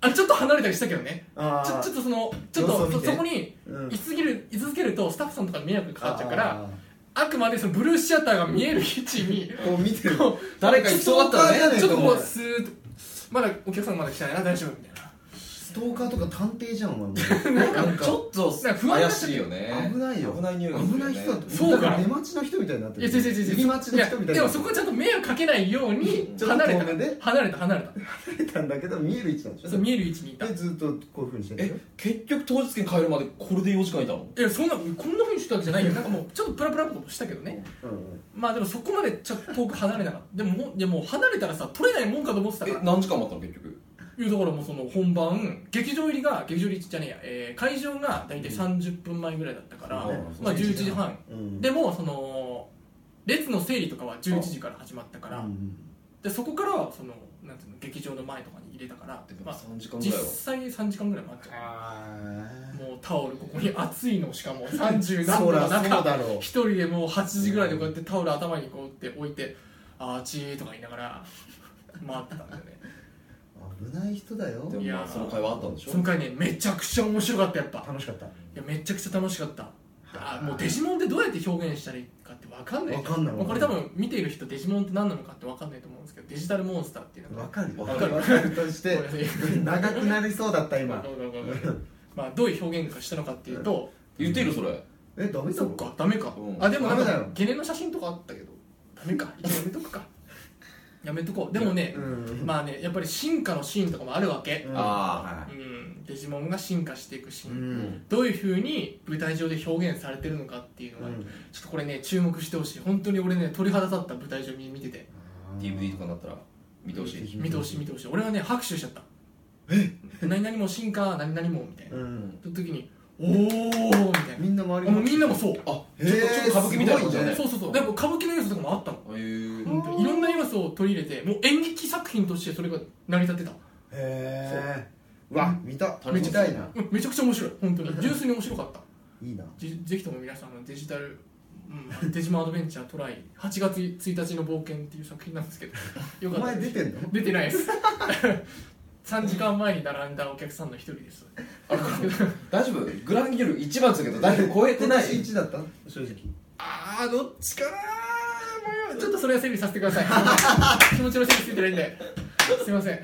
S1: あちょっと離れたりしたけどね
S2: あ
S1: ちょ
S2: ー
S1: ちょっとそのちょっ
S2: 様子を
S1: と
S2: 見
S1: そ
S2: て
S1: そこに
S2: うん
S1: 居続ける居続けるとスタッフさんとかに迷惑かかっちゃうから
S2: あ
S1: あくまでそのブルーシアターが見える位置に
S2: ーこう見てる
S1: こう
S3: 誰かいそうだったらね
S1: ちょっとこうスーッとまだお客さんまだ来てないな大丈夫みたいな
S2: ストーカーとか探偵じゃんお前
S3: なん
S2: なん
S3: か
S2: か
S3: ちょっと
S1: なんか不安になっち
S3: 怪
S1: ゃって
S3: しいよね
S2: 危ないよ
S3: 危ない匂いがす
S2: 危
S3: るよ
S2: ない
S3: ね
S2: 人だと
S1: そうか
S2: 出待ちの人みたいになって
S1: いや違う違う違う
S2: 出待ちの人みたいになってる
S1: いやでもそこはちゃんと迷惑かけないように
S2: ちょっと
S1: 離れた
S2: 遠目で
S1: 離れた離れた
S2: 出たんだけど見える位置なんでしょ
S1: そう見える位置にいた
S2: でずっとこういうふうにして
S3: え
S2: る
S3: 結局当日券変えるまでこれで4時間いたの
S1: いやそんなこんなふうにしてたわけじゃないよなんかもうちょっとプラプラっとしたけどね
S2: うんうん
S1: まあでもそこまでちょっと遠く離れなかったでももうでも離れたらさ取れないもんかと思ってた
S3: え
S1: から
S3: 何時間待ったの結局
S1: いやだからもうその本番劇場入りが劇場入りじゃねえや、えー会場が大体30分前ぐらいだったから、
S3: うん
S1: まあ11時半
S2: うん
S1: でもその列の整理とかは11時から始まったから、
S2: うん
S1: でそこからはそのなんていうの劇場の前とかに入れたから、まあ、
S3: 3時間ぐ
S1: 実
S3: らいは
S1: 際3時間ぐらい待っちゃ
S2: あ
S1: うもうタオルここに暑いのしかも30
S2: ー
S1: 何
S2: そ
S1: 度
S2: ら
S1: の
S2: そう
S1: 中
S2: だろう
S1: 一人でもう8時ぐらいでこうやってタオル頭にこうって置いてあーちーとか言いながら回ってたんだよね
S2: 危ない人だよ
S3: でもま
S1: いや
S3: あその会話あったんでしょ
S1: その回ねめちゃくちゃ面白かったやっぱ
S2: 楽しかった
S1: いやめちゃくちゃ楽しかったあ
S2: はい
S1: もうデジモンってどうやって表現したらいいかって分かんない
S2: わかんない
S1: もうこれ多分見ている人デジモンって何なのかって分かんないと思うんですけどデジタルモンスターっていうの
S2: わ
S1: が
S2: かるよ
S3: わかる
S2: わかるとして
S1: ごめんなさい
S2: 長くなりそうだった
S1: わ
S2: 今
S1: かるわかるわかる まあどういう表現かしたのかっていうと
S3: 言ってるそれ
S2: えダメだ
S1: そ
S2: ろ
S1: っかダメか
S3: うん
S1: あでもなん
S2: ダメだ
S1: か
S2: よ
S1: ゲネの写真とかあったけどダメ かやめとくかやめとこうでもね
S2: うん
S1: まあねやっぱり進化のシーンとかもあるわけ
S2: うん
S3: あ
S1: うんデジモンが進化していくシ
S2: う
S1: ーン
S2: ん
S1: どういうふうに舞台上で表現されてるのかっていうのが、ちょっとこれね注目してほしい本当に俺ね鳥肌立った舞台上見見てて
S3: あ DVD とかになったら見てほし
S2: ぜ
S3: い
S2: ひ
S1: 見てほしい見てほしい俺はね拍手しちゃったえ何々も進化何々もみたいな、
S2: うん
S1: その時におーみたいな
S2: みんな周
S1: あ
S2: り
S1: もうみんなもそう
S3: あ
S2: へ
S3: ち
S2: ー
S3: ょっとちょっと歌舞伎みたいな感じだね
S2: す
S1: そうそうそうでも歌舞伎の要素とかもあったの
S3: へえ
S2: ん
S1: 本当にいろんな要素を取り入れてもう演劇作品としてそれが成り立ってた
S2: へえわ見た
S3: 楽
S2: 見
S3: しそう
S2: たいな
S1: うんめちゃくちゃ面白い本当に純粋に面白かった
S2: いいな
S1: ぜぜひとも皆さんのデジタル、うん、デジマアドベンチャートライ8月1日の冒険っていう作品なんですけ ど
S2: お
S1: よかった
S2: 前
S1: ら
S2: 出てんの
S1: 出てないです 3時間前に並んだお客さんの一人です
S3: あれこれ大丈夫グランギル1番だけどだいぶ超えてない
S2: 今年一だった正直
S1: ああどっちかな迷 うちょっとそれは整理させてくださ い気持ちの整理ついてないんですいません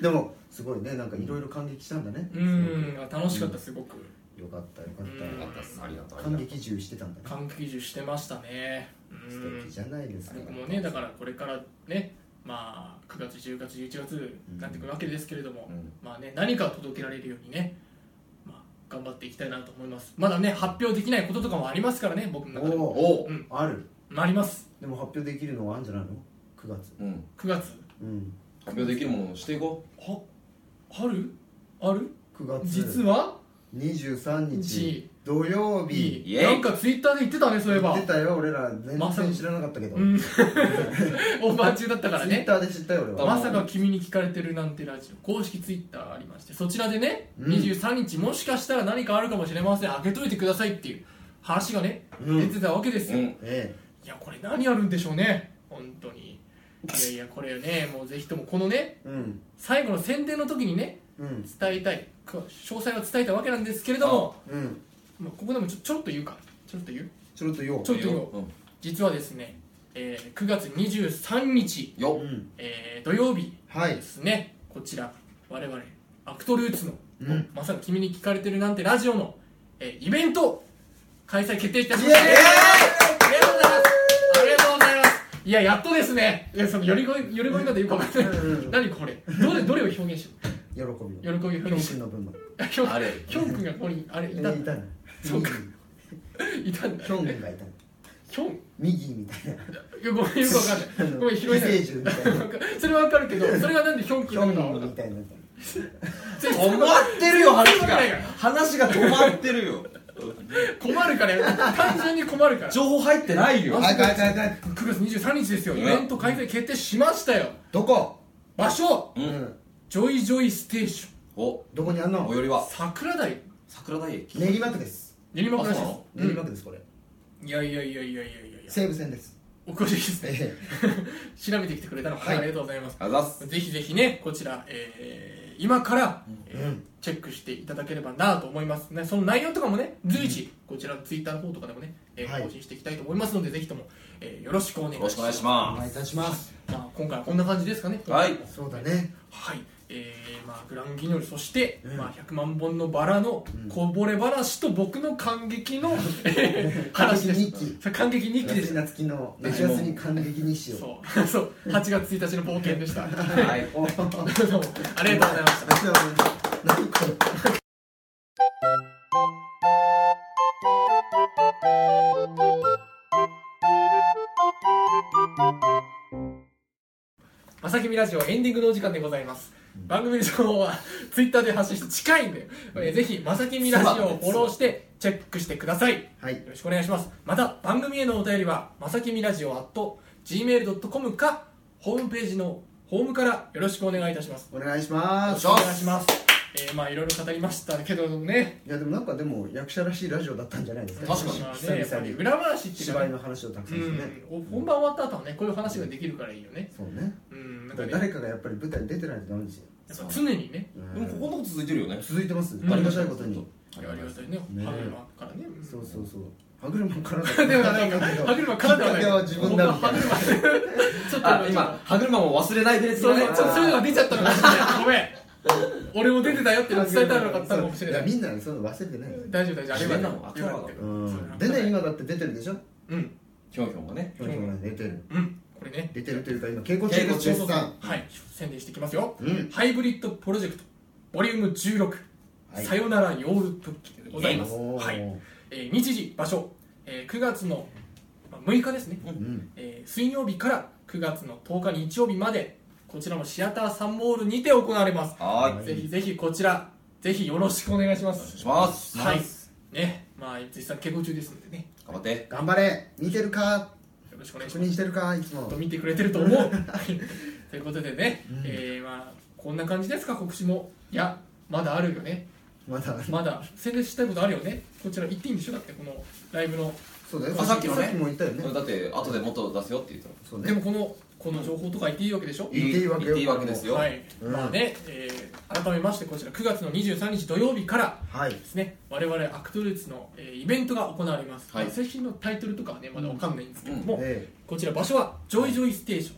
S2: でもすごいねなんかいろいろ感激したんだね
S1: うん楽しかったすごく
S2: よかったよか
S1: うん
S3: よか
S2: っ
S3: ったっすありがとう
S2: た
S3: あ
S2: 感
S3: りがとう
S2: 激重してたんだね
S1: 感激受してましたねうん
S2: 素敵じゃないですか
S1: 僕もねだからこれからねまあ9月10月11月になってくるわけですけれども、
S3: うん
S1: まあね何かを届けられるようにね、まあ、頑張っていきたいなと思いますまだね発表できないこととかもありますからね僕の中で
S2: お
S1: も、
S2: お
S3: お
S1: うん、
S2: ある
S1: まああります
S2: でも発表できるのはあるんじゃないの9月
S3: うん
S1: 9月
S2: うん
S3: 発表できるものをしていこ
S1: は春ある
S2: 9 9月
S1: 実は
S2: 23日
S1: 日
S2: 土曜日
S3: イエイ
S1: なんかツイッターで言ってたねそういえば
S2: 出たよ俺ら
S1: ま
S2: 全
S1: さか
S2: 然知らなかったけど、
S1: うん オーバー中だったから
S2: ツイッ
S1: ね
S2: ターで知ったよ俺は
S1: まさか君に聞かれてるなんてラジオ公式ツイッターありましてそちらでね、
S2: うん
S1: 23日もしかしたら何かあるかもしれません開けといてくださいっていう話がね、
S2: うん
S1: 出てたわけです
S3: う
S1: よ、い
S3: ん
S2: え
S1: やこれ何あるんでしょうね本当にいやいやこれねもうぜひともこのね
S2: えうん
S1: 最後の宣伝の時にね
S2: うん
S1: 伝えたいく詳細は伝えたわけなんですけれども
S2: うん
S1: まあここでもちょちょろっと言うかちょろっと言う
S2: ちょろっと言おう
S1: ちょっと言おう
S3: よ
S1: 実はですね、えー9月23日、
S3: よ
S2: うん
S1: えー土曜日
S2: はい
S1: ですねこちら我々アクトルーツの、
S2: うん
S1: まさか君に聞かれてるなんてラジオの、えーイベント開催決定いたしま
S2: イエ
S1: し
S2: ー
S1: た
S2: イ
S1: ありがとうございますありがとうございますいややっとですねいやそのよりごいよりごい方言うか分かんない
S2: うんうんうん
S1: 何これどれどれを表現しよう
S2: 喜びを
S1: 喜びを表
S2: ヒロ
S1: 現し
S2: 君
S1: よ
S2: の分も
S1: うヒョン
S3: あれ
S1: ヒョン君がここにあれいた
S2: えいたの
S1: そうか
S2: うん
S1: いたんだ
S2: ヒョン君がいたの
S1: ヒョン
S2: 右みたい
S1: いやごめんよくわかん
S2: なあ
S1: ない
S2: の
S1: ごめん拾えな
S2: 寄
S1: い
S2: 生獣 みたいな
S1: それはわかるけどそれがなんでヒョン
S2: ヒ
S1: 君
S2: ョ
S1: なのかわか
S2: ン
S1: んな
S2: み
S1: い
S2: たいな
S1: 全然
S3: 止まってるよ話
S1: 全然わかん
S3: が
S1: ないから
S3: 話が止まってるよ
S1: 困るからよ単純に困るから
S3: 情報入ってないよ
S2: あいかいかい かい
S1: 9月23日ですよ
S3: うん
S1: イベント開催決定しましたよ
S2: どこ
S1: 場所
S3: う
S2: うんん
S1: ジョイジョイステーション
S3: お
S2: どこにあんの
S3: 最寄りは
S1: 桜台
S3: 桜台駅
S2: 練馬区です
S1: 練馬区らしいです
S3: あ
S1: う
S2: 練馬
S1: ん
S2: 区ですこれ
S1: いやいやいやいやいやいやいや
S2: 西武線です
S1: お詳しいです ね
S2: え
S1: 調べてきてくれたの
S2: はい
S1: ありがとうございます
S3: ありがとうございます
S1: ぜひぜひねこちら、えー今から、えー
S2: うん
S1: チェックしていただければなと思います、ね、その内容とかもね随時こちらのツイッターの方とかでもね、えー
S2: はい
S1: 更新していきたいと思いますのでぜひとも、えーよろしくお願い
S3: よ
S1: し
S3: ろ
S1: ま
S3: し
S1: す
S3: くお願いし
S2: お
S3: ま
S2: 願いいたします
S1: まあ、今回はこんな感じですかね
S3: はい
S2: そうだね
S1: はいえーまあ、グランギニョルそして、
S2: うん
S1: まあ、100万本のバラの
S2: うん
S1: こぼれ話と僕の感激 の、えー話です
S2: 感激日記
S1: そう感激日記で
S2: 夏
S1: す
S2: 夏希の夏休み感激日誌を
S1: そう そう8月1日の冒険で したど
S3: すはい
S2: おー
S1: うもありがとうございました
S2: 夏は何これ
S1: まさきみラジオエンディングのお時間でございます、番組の情報はツイッターで発信して近いんで、えーぜひまさきみラジオをフォローしてチェックしてくださいよ
S2: はい
S1: ろしくお願いしますまた番組へのお便りはまさきみラジオ at gmail.com かホームページのホームからよろしくお願いいたします
S2: お願いしま
S3: よ
S2: す
S3: ろ
S1: お
S3: お
S1: 願いしますえーまあいろいろ語りましたけどもね
S2: いやでもなんかでも役者らしいラジオだったんじゃないですか
S3: 確かに
S1: まあ
S2: 久々
S1: ね
S2: に
S1: やっぱり裏話っていうか
S2: 芝居
S1: ね
S2: の話をたく
S1: う
S2: さんしてね
S1: ん、お本番終わった後はねこういう話ができるからいいよね
S2: そうね
S1: うんなんから
S2: だか
S1: ね
S2: 誰かがやっぱり舞台に出てないとダメですよ
S1: やっぱ常にね
S2: う
S3: で
S2: ん
S3: もここのとこ続いてるよね
S2: 続いてます
S1: ん
S2: ありがたいことに
S1: ありがたいね
S2: ね
S1: 歯車からねうん
S2: そうそうそう歯車からだ
S1: ではないか歯車からではない
S2: きっかけは自分だみたいな
S1: 僕は歯車ちょっと
S3: あ今歯車も忘れないでです
S1: そう
S3: よ
S1: ね
S3: ね
S1: ちょっとそういうのが出ちゃったのかもしれないごめん俺も出てたよっていうの伝えたらよかったのかもしれない
S2: やみんなそういうの忘れてないよ
S1: 大丈夫大丈夫あれは
S3: 自分らも分かるわ
S2: うんでね今だって出てるでしょ
S1: うん
S3: ひょんひょんがね
S2: 今日も出てる
S1: うんこれね
S2: 出てるというか今稽古中です
S1: そうそ
S2: 絶
S1: うそう
S2: 賛
S1: はい宣伝していきますよ
S2: うん
S1: ハイブリッドプロジェクトボリューム16
S2: はい
S1: さよならヨールプッキーでございます
S2: おー
S1: はいえー日時場所えー9月のまあ6日ですね
S2: うん
S1: えー水曜日から9月の10日日曜日までこちらもシアターサンモールにて行われます
S3: は
S1: ぜひぜひこちらぜひよろしくお願いします
S3: いします
S1: はいねまあ実際稽古中ですのでね
S3: 頑張って
S2: 頑張れ見てるか
S1: よろしくお願いし
S2: 確
S1: ま
S2: 認
S1: す
S2: してるかいつも
S1: と見てくれてると思うはいということでね、えーまあこんな感じですか告知もいやまだあるよね
S2: まだ
S1: まだ宣伝したいことあるよねこちら行っていいんでしょだってこのライブの
S2: そうだよ
S3: あさっきのね
S2: も言ったよね
S3: だって後でもっと出すよって言った
S2: そう
S1: で
S2: ね
S1: もこのこの情報とか言っていいわけでしょ
S2: 言っていいわけよ
S3: 言っていいわけですよ
S1: はい、
S2: うん
S1: まあね、えー改めましてこちら9月の23日土曜日から
S2: はい
S1: ですね我々アクトルーツの、えーイベントが行われます、
S3: はい
S1: まあ最新のタイトルとかはねまだわかんないんですけども、
S2: え
S1: こちら場所はジョイジョイステーション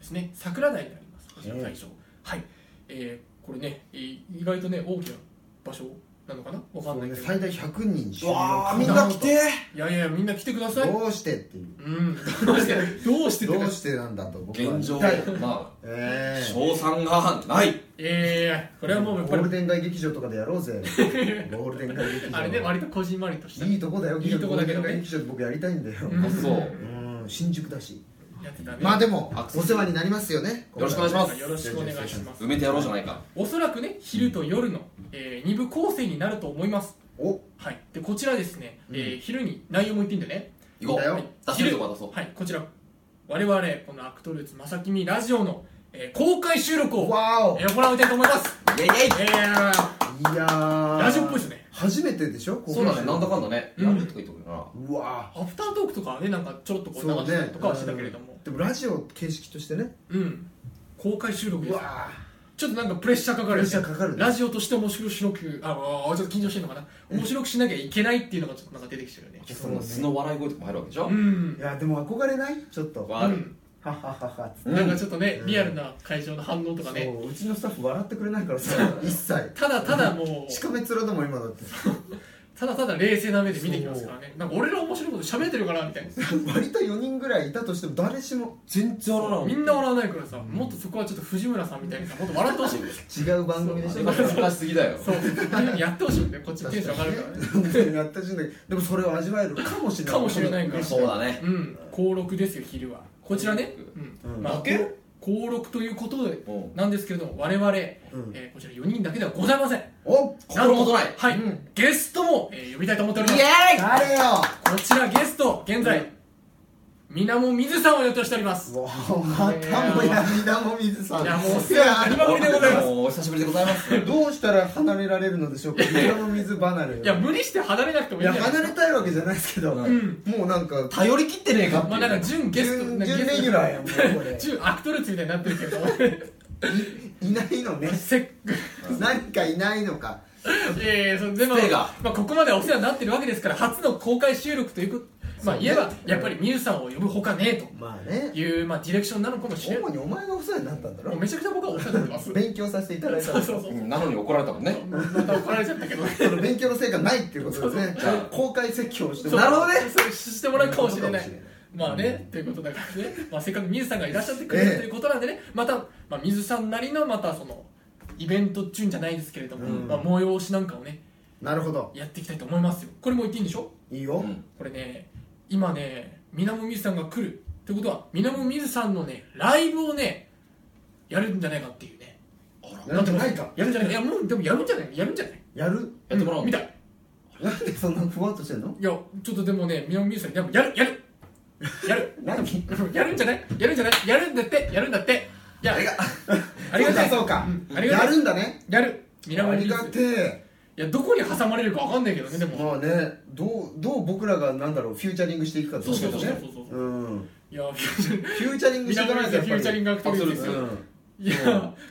S1: ですね桜台になりますこちら会場、はい、えーこれね、えー意外とね大きな場所なのかなわかんないけ
S2: ね
S1: ど、
S2: 最大100人収
S3: うわー
S2: 容
S3: みんな来て
S1: いやいやみんな来てください
S2: どうしてっていう
S1: うんどうしてどうしてって
S2: ど
S1: か
S2: うしてなんだと僕は
S3: 現状
S2: 言いたい
S3: まあ
S2: ええ
S3: 賞賛がない
S1: えー、これはもうやっ
S2: ゴ
S1: ぱ
S2: ール
S1: り
S2: デン街劇場とかでやろう ぜゴールデン街劇場
S1: あれね割とこじんまりとした
S2: いいとこだよ
S1: いいとこだけどね
S2: ゴールデン街劇場って僕やりたいんだよ
S1: うん
S3: あそう
S2: うん新宿だし
S1: やってたね
S2: まあでも
S3: アクセ
S2: お
S3: ス
S2: 世話になりますよね
S3: よろしくお願いします
S1: よろしくお願いします
S3: 埋めてやろうじゃないか
S1: おそらくね昼と夜の、えー、2部構成になると思います
S2: お
S1: はいでこちらですね、え
S2: う
S1: ー、昼に内容も言っていいんだよね
S3: 行こ
S2: だよ
S3: う出せるとこは出そう
S1: はいこちら我々このアクトルーツまさきみラジオの、えー、公開収録を、
S2: わお
S1: えー、行いたいと思います
S3: イェイイェイ
S1: えー、
S2: いやー
S1: ラジオっぽいですね
S2: 初めてでしょ
S3: そうだね、なんだかん
S2: だ
S3: だね、
S1: うん
S3: やるとか言ってくるな。
S2: うわ
S1: アフタートークとかはねなんかちょろっとこう流
S2: そう
S1: した
S2: ね
S1: りとかはしてたけれども
S2: でもラジオ形式としてね
S1: う,、ん公開収録で
S2: う
S1: す
S2: わ
S1: ちょっとなんかプレッシャーか
S2: ー
S1: か
S2: プレ
S1: るよ
S2: ッシ
S1: ね
S2: ャーかかるね
S1: ラジオとして面白くああちょっと緊張してるのかな面白くしなきゃいけないっていうのがちょっとなんか出てきてるよね
S3: お客さんの素の笑い声とかも入るわけでしょ
S1: うん
S2: いやでも憧れないちょっとは
S3: わある。
S2: ははは
S3: う
S1: なんか
S3: ん
S1: ちょっとね、
S2: うん
S1: リアルな会場の反応とか
S2: そ
S1: ね
S2: ううちのスタッフ笑ってくれないからさ一切
S1: ただただも
S2: し
S1: う
S2: かめ面だもん今だって
S1: ただただ冷静な目で見てきますからねなんか俺ら面白いこと喋ってるからみたいな
S2: 割と4人ぐらいいたとしても誰しも
S3: 全然笑わな
S1: み
S3: い。
S1: んな笑わないからさもっとそこはちょっと藤村さんみたいにさもっと笑ってほしい
S2: 違う番組でし
S3: そ
S2: ょ
S3: れが恥ずかしすぎだよ。
S1: そうそういうのやってほしいんだよこっちテンション上がるからね
S2: 本当に やった時点ででもそれを味わえるかもしれない
S1: かもしれないから
S3: そうだね。
S1: うん高録ですよ昼はこちらね、うん
S2: うん
S1: ま
S3: だ
S1: あ
S3: け
S1: 高録ということで
S3: うん。
S1: なんですけれども我々、え
S2: うん
S1: ーこちら4人だけではございません
S2: お
S3: 心もとない。
S1: はい、
S2: うん
S1: ゲストも、えー呼びたいと思っております
S3: イェ
S2: 誰よ
S1: こちらゲスト現
S2: う
S1: 在みなもみずさんを予定しております
S2: わまたもやみなも水さん
S1: いやもうお世
S2: いや
S1: 話になりまくりでございます
S3: もうお久しぶりでございます。
S2: どうしたら離れられるのでしょうかみなも水離れ
S1: いや無理して離れなくても
S2: い
S1: いいん
S2: や
S1: じゃないで
S2: 離
S1: す
S2: れ
S1: か
S2: たいわけじゃないですけど
S3: う
S2: も
S3: ん
S1: うん
S2: うなんか
S3: 頼り切ってねえかっていう。
S1: まあなんか準ゲスト
S2: 準
S1: ね
S2: 準
S1: ゲス
S2: レ
S1: ト
S2: ギュラーやもんこ れ
S1: 準アクトルツみたいになってるけど
S2: いないのね
S1: せっ
S2: 何かいないのか
S1: いやいやそのでも
S3: ステが
S1: まあ、ここまではお世話になってるわけですから初の公開収録ということまあ
S2: そうね
S1: 言えばやっぱりみゆさんを呼ぶほかねえ
S2: まあね
S1: という、まあ、ディレクションなのかもしれない
S2: 主にお前がお世話になったんだ
S1: もう
S2: ろ
S1: めちゃくちゃ僕はお世話になってます
S2: 勉強させていただいた
S1: そうそうそう
S3: うんなのに怒られたもんね。
S1: また怒られちゃったけどね
S2: その勉強の成果ないっていうことですね
S3: そうそう
S2: 公開説教をして
S1: そう
S2: なるほどね
S1: そうしてもらうかもしれない
S2: そうかもしれない
S1: まあね、ということだからね、まあ、せっかく水さんがいらっしゃってくれる
S2: ええ
S1: ということなんでね、また、まあ、水さんなりのまたそのイベント中じゃないですけれども、
S2: うん
S1: まあ、催しなんかをね
S2: なるほど
S1: やっていきたいと思いますよこれも言っていいんでしょ
S2: いいよ、
S3: うん
S1: これね今ねみなもみずさんが来るということはみなもみずさんのねライブをねやるんじゃないかっていうね
S2: やるんじゃないか
S1: やるんじゃないかいやもうでもやるんじゃないやるんじゃない
S2: やる
S3: やってもらおう
S1: みたい
S2: なんでそんなふわっとしてんの
S1: いやちょっとでもねみなもみずさんでもやるやるやる
S2: 何
S1: やるんじゃないやるんじゃないやるんだってやるんだっていや ありがたい
S2: そうか
S1: うんありが
S2: や
S1: たい
S2: るんだね
S1: やるみなも
S2: あ
S1: み
S2: り
S1: ず
S2: が
S1: い
S2: て
S1: やどこに挟まれるかわかんないけどねで
S2: え
S1: も
S2: まあねどうどう僕らがなんだろうフューチャリングしていくかって
S1: そう
S2: こと
S1: そう
S2: だ
S1: そう
S2: よ
S1: そう
S2: ね
S1: そう
S2: うん
S1: いやフューチャリング
S2: フューチャリング
S1: み
S2: して
S1: ない
S2: か
S1: もみ
S2: ないと
S1: ず
S2: やっ
S1: フ
S2: ぱ
S1: ューチャリ
S2: り
S1: ングアクトリーです
S2: う
S1: よ
S2: ん
S1: いや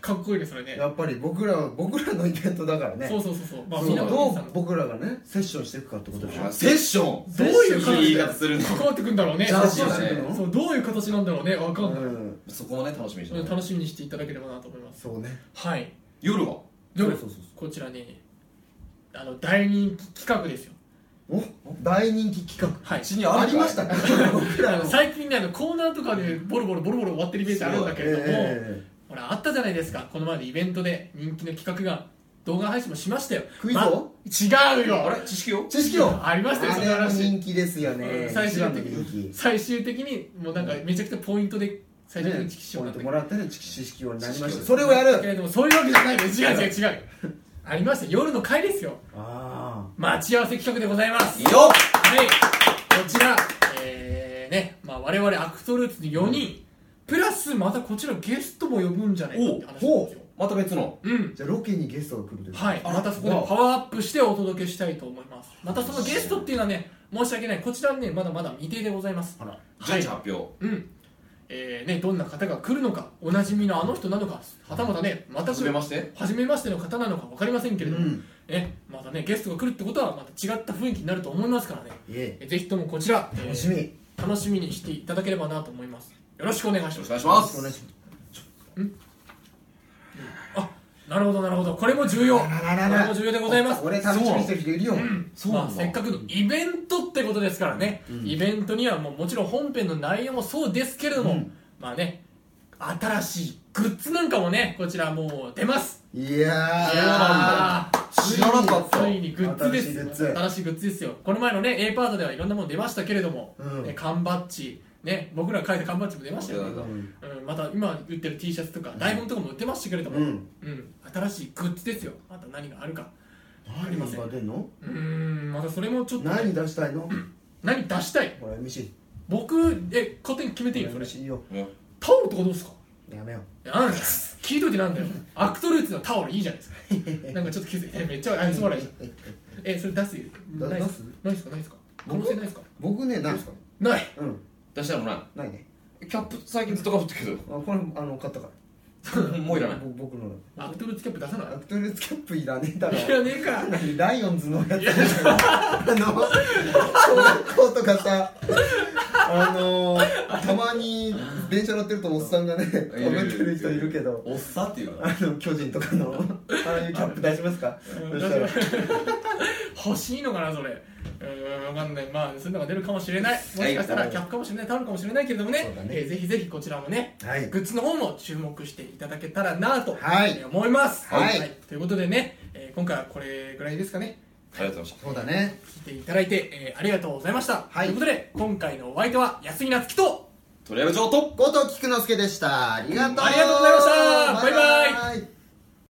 S1: かっこいいですそれね
S2: やっぱり僕ら僕らのイベントだからね
S1: そうそうそうそう。まあ、
S2: そう
S1: みんな
S2: ど
S1: も
S2: う僕らがねセッションしていくかってことでしょ
S3: セッション
S1: どういう形
S3: 言い方するの
S1: 関わってくんだろうね。
S2: じゃあ
S1: そ
S2: そうう
S1: だ
S2: し
S1: ね
S2: ていくの
S1: そうどういう形なんだろうね。わかんない。
S2: ん
S3: そこもね、楽しみにして
S1: 楽
S3: ね。
S1: しみにしていただければなと思います。
S2: そうね
S1: はい。
S3: 夜は。
S1: で
S2: そうそう
S1: こちらね、あの大人気企画ですよ。
S2: そうお大人気企
S1: はいう
S3: ちに
S2: 画
S3: あ
S2: あ
S3: る
S2: り
S3: かい
S2: ましたか 僕らの
S1: 最近ねあのコーナーとかでボロボロボロボロ終わってるイメージあるんだけれども、
S2: え
S1: ほらあったじゃないですかこの前のイベントで人気の企画が動画配信もしましたよ
S2: クイズ
S1: ま
S2: を
S1: 違うよ
S3: あれ知識を
S2: え知識を
S1: ありましたよ
S2: あ
S1: その
S2: れは
S1: 話
S2: 人気ですよね
S1: 最
S2: 一
S1: 終
S2: 番の
S1: 的
S2: 人
S1: に
S2: 気
S1: 最終的にもうなんかめちゃくちゃポイントで最終的にチキショ
S2: ポ
S1: ウ
S2: イ
S1: なん
S2: ン
S1: だ
S2: ト
S1: け
S2: も
S1: ど
S2: らってねチキ知識をになりまし
S3: 知
S2: た
S3: 識
S2: それをや
S1: け
S2: る
S1: れどもそういうわけじゃないです違う違う違う ありました夜の会ですよ
S2: あ
S1: 待ち合わせ企画でございます
S3: いいよ
S1: はいこちらえー、ね、まあ、我々アクトルーツの4人、プラスまたこちらゲストも呼ぶんじゃないかって話なんですよ
S3: また別の。
S1: うん
S2: あじゃあロケにゲストが来るという
S1: はい
S3: あ
S1: またそこでパワーアップしてお届けしたいと思いますまたそのゲストっていうのはね申し訳ないこちらねまだまだ未定でございます
S2: あら
S1: は
S3: 順
S1: い
S3: 次発表。
S1: うんえーね、どんな方が来るのかおなじみのあの人なのかはたまたねまた
S3: 初めまして
S1: 初めましての方なのか分かりませんけれども、
S2: うん
S1: ね、またねゲストが来るってことはまた違った雰囲気になると思いますからね
S2: いえ
S1: えぜひともこちら、えー
S2: 楽しみよ
S1: 楽しみにしていただければなと思いますよろしくお願いし
S3: よろ
S1: ます
S3: しくお願いし
S2: ろ
S3: ま
S2: しくお願い
S3: す。
S2: します
S1: なるほどなるほどこれも重要こ
S2: あららら
S1: れも重要でございます
S2: 俺楽しみにしてる人いるよ
S3: そう
S1: ま
S3: な
S1: あ、
S3: ん
S1: せっ
S3: だ。
S1: かくのイベントってことですからね、イベントにはもうもちろん本編の内容もそうですけれども、
S2: うん
S1: まあね新しいグッズなんかもねこちらもう出ます
S2: いやー
S3: そうなんだ知らなかった
S1: ついにグッズです
S2: 新しいグッズ
S1: 新しいグッズですよこの前のね A パートではいろんなもの出ましたけれども、
S2: うん
S1: ね缶バッジね、僕ら書いた看板地も出ましたよ
S3: う
S1: ね、
S2: ん
S1: うん、また今売ってる T シャツとか
S2: ん
S1: 台本とかも売ってましたけれども、
S2: う
S1: うん
S2: ん
S1: 新しいグッズですよまた何があるかり
S2: 何
S1: ません
S2: が出んの
S1: うーんまたそれもちょっとね、
S2: 何出したいの
S1: 何出したい
S2: ほら MC
S1: 僕え勝手に決めていいよそれ
S2: MC よ
S3: もう
S1: タオルとかどうですか
S2: やめよ
S1: いやなんだよ聞いといてなんだよアクトルーツのタオルいいじゃないですか なんかちょっと気づいてめっちゃ愛想笑いじゃんえそれ出す
S2: だ
S1: ないっ
S2: 出す
S1: ないっすかないっすか可
S3: 僕
S1: 能性ないっすか
S2: 僕ねない
S1: ない
S2: うん
S3: 出したのな
S2: ないね
S3: キャップ最近ずっとかぶってる
S2: あこれあの買ったか
S3: け どもういら
S2: ら
S3: ない
S2: ぼ僕の
S1: アクトルーツキャップ出さない
S2: アクトルーツキャップいらねえだろ
S1: いらねえか
S2: 何ライオンズのやつあの小学校とかさあのたまに電車乗ってると おっさんがねかぶってる人いるけど
S3: おっさっていうの
S2: あの巨人とかのああいうキャップ出しますかそしたら
S1: 欲しいのかなそれうーん分かんないまあそういうのが出るかもしれないもしかしたらキャップかもしれないタオルかもしれないけれどもね
S2: そうだね
S1: えーぜひぜひこちらもね
S2: はい
S1: グッズの方も注目していただけたらなと
S2: はい
S1: えー思います
S2: はい
S1: ということでね、えー今回はこれぐらいですかね
S3: ありがとうございました
S2: そうだね
S1: 聞いていただいて、えーありがとうございました、
S2: はい
S1: ということで今回のお相手は安井夏樹と
S3: とりあえず上等
S2: 後藤菊之助でしたありがとう
S1: ありがとうございましたバイバイ
S2: イ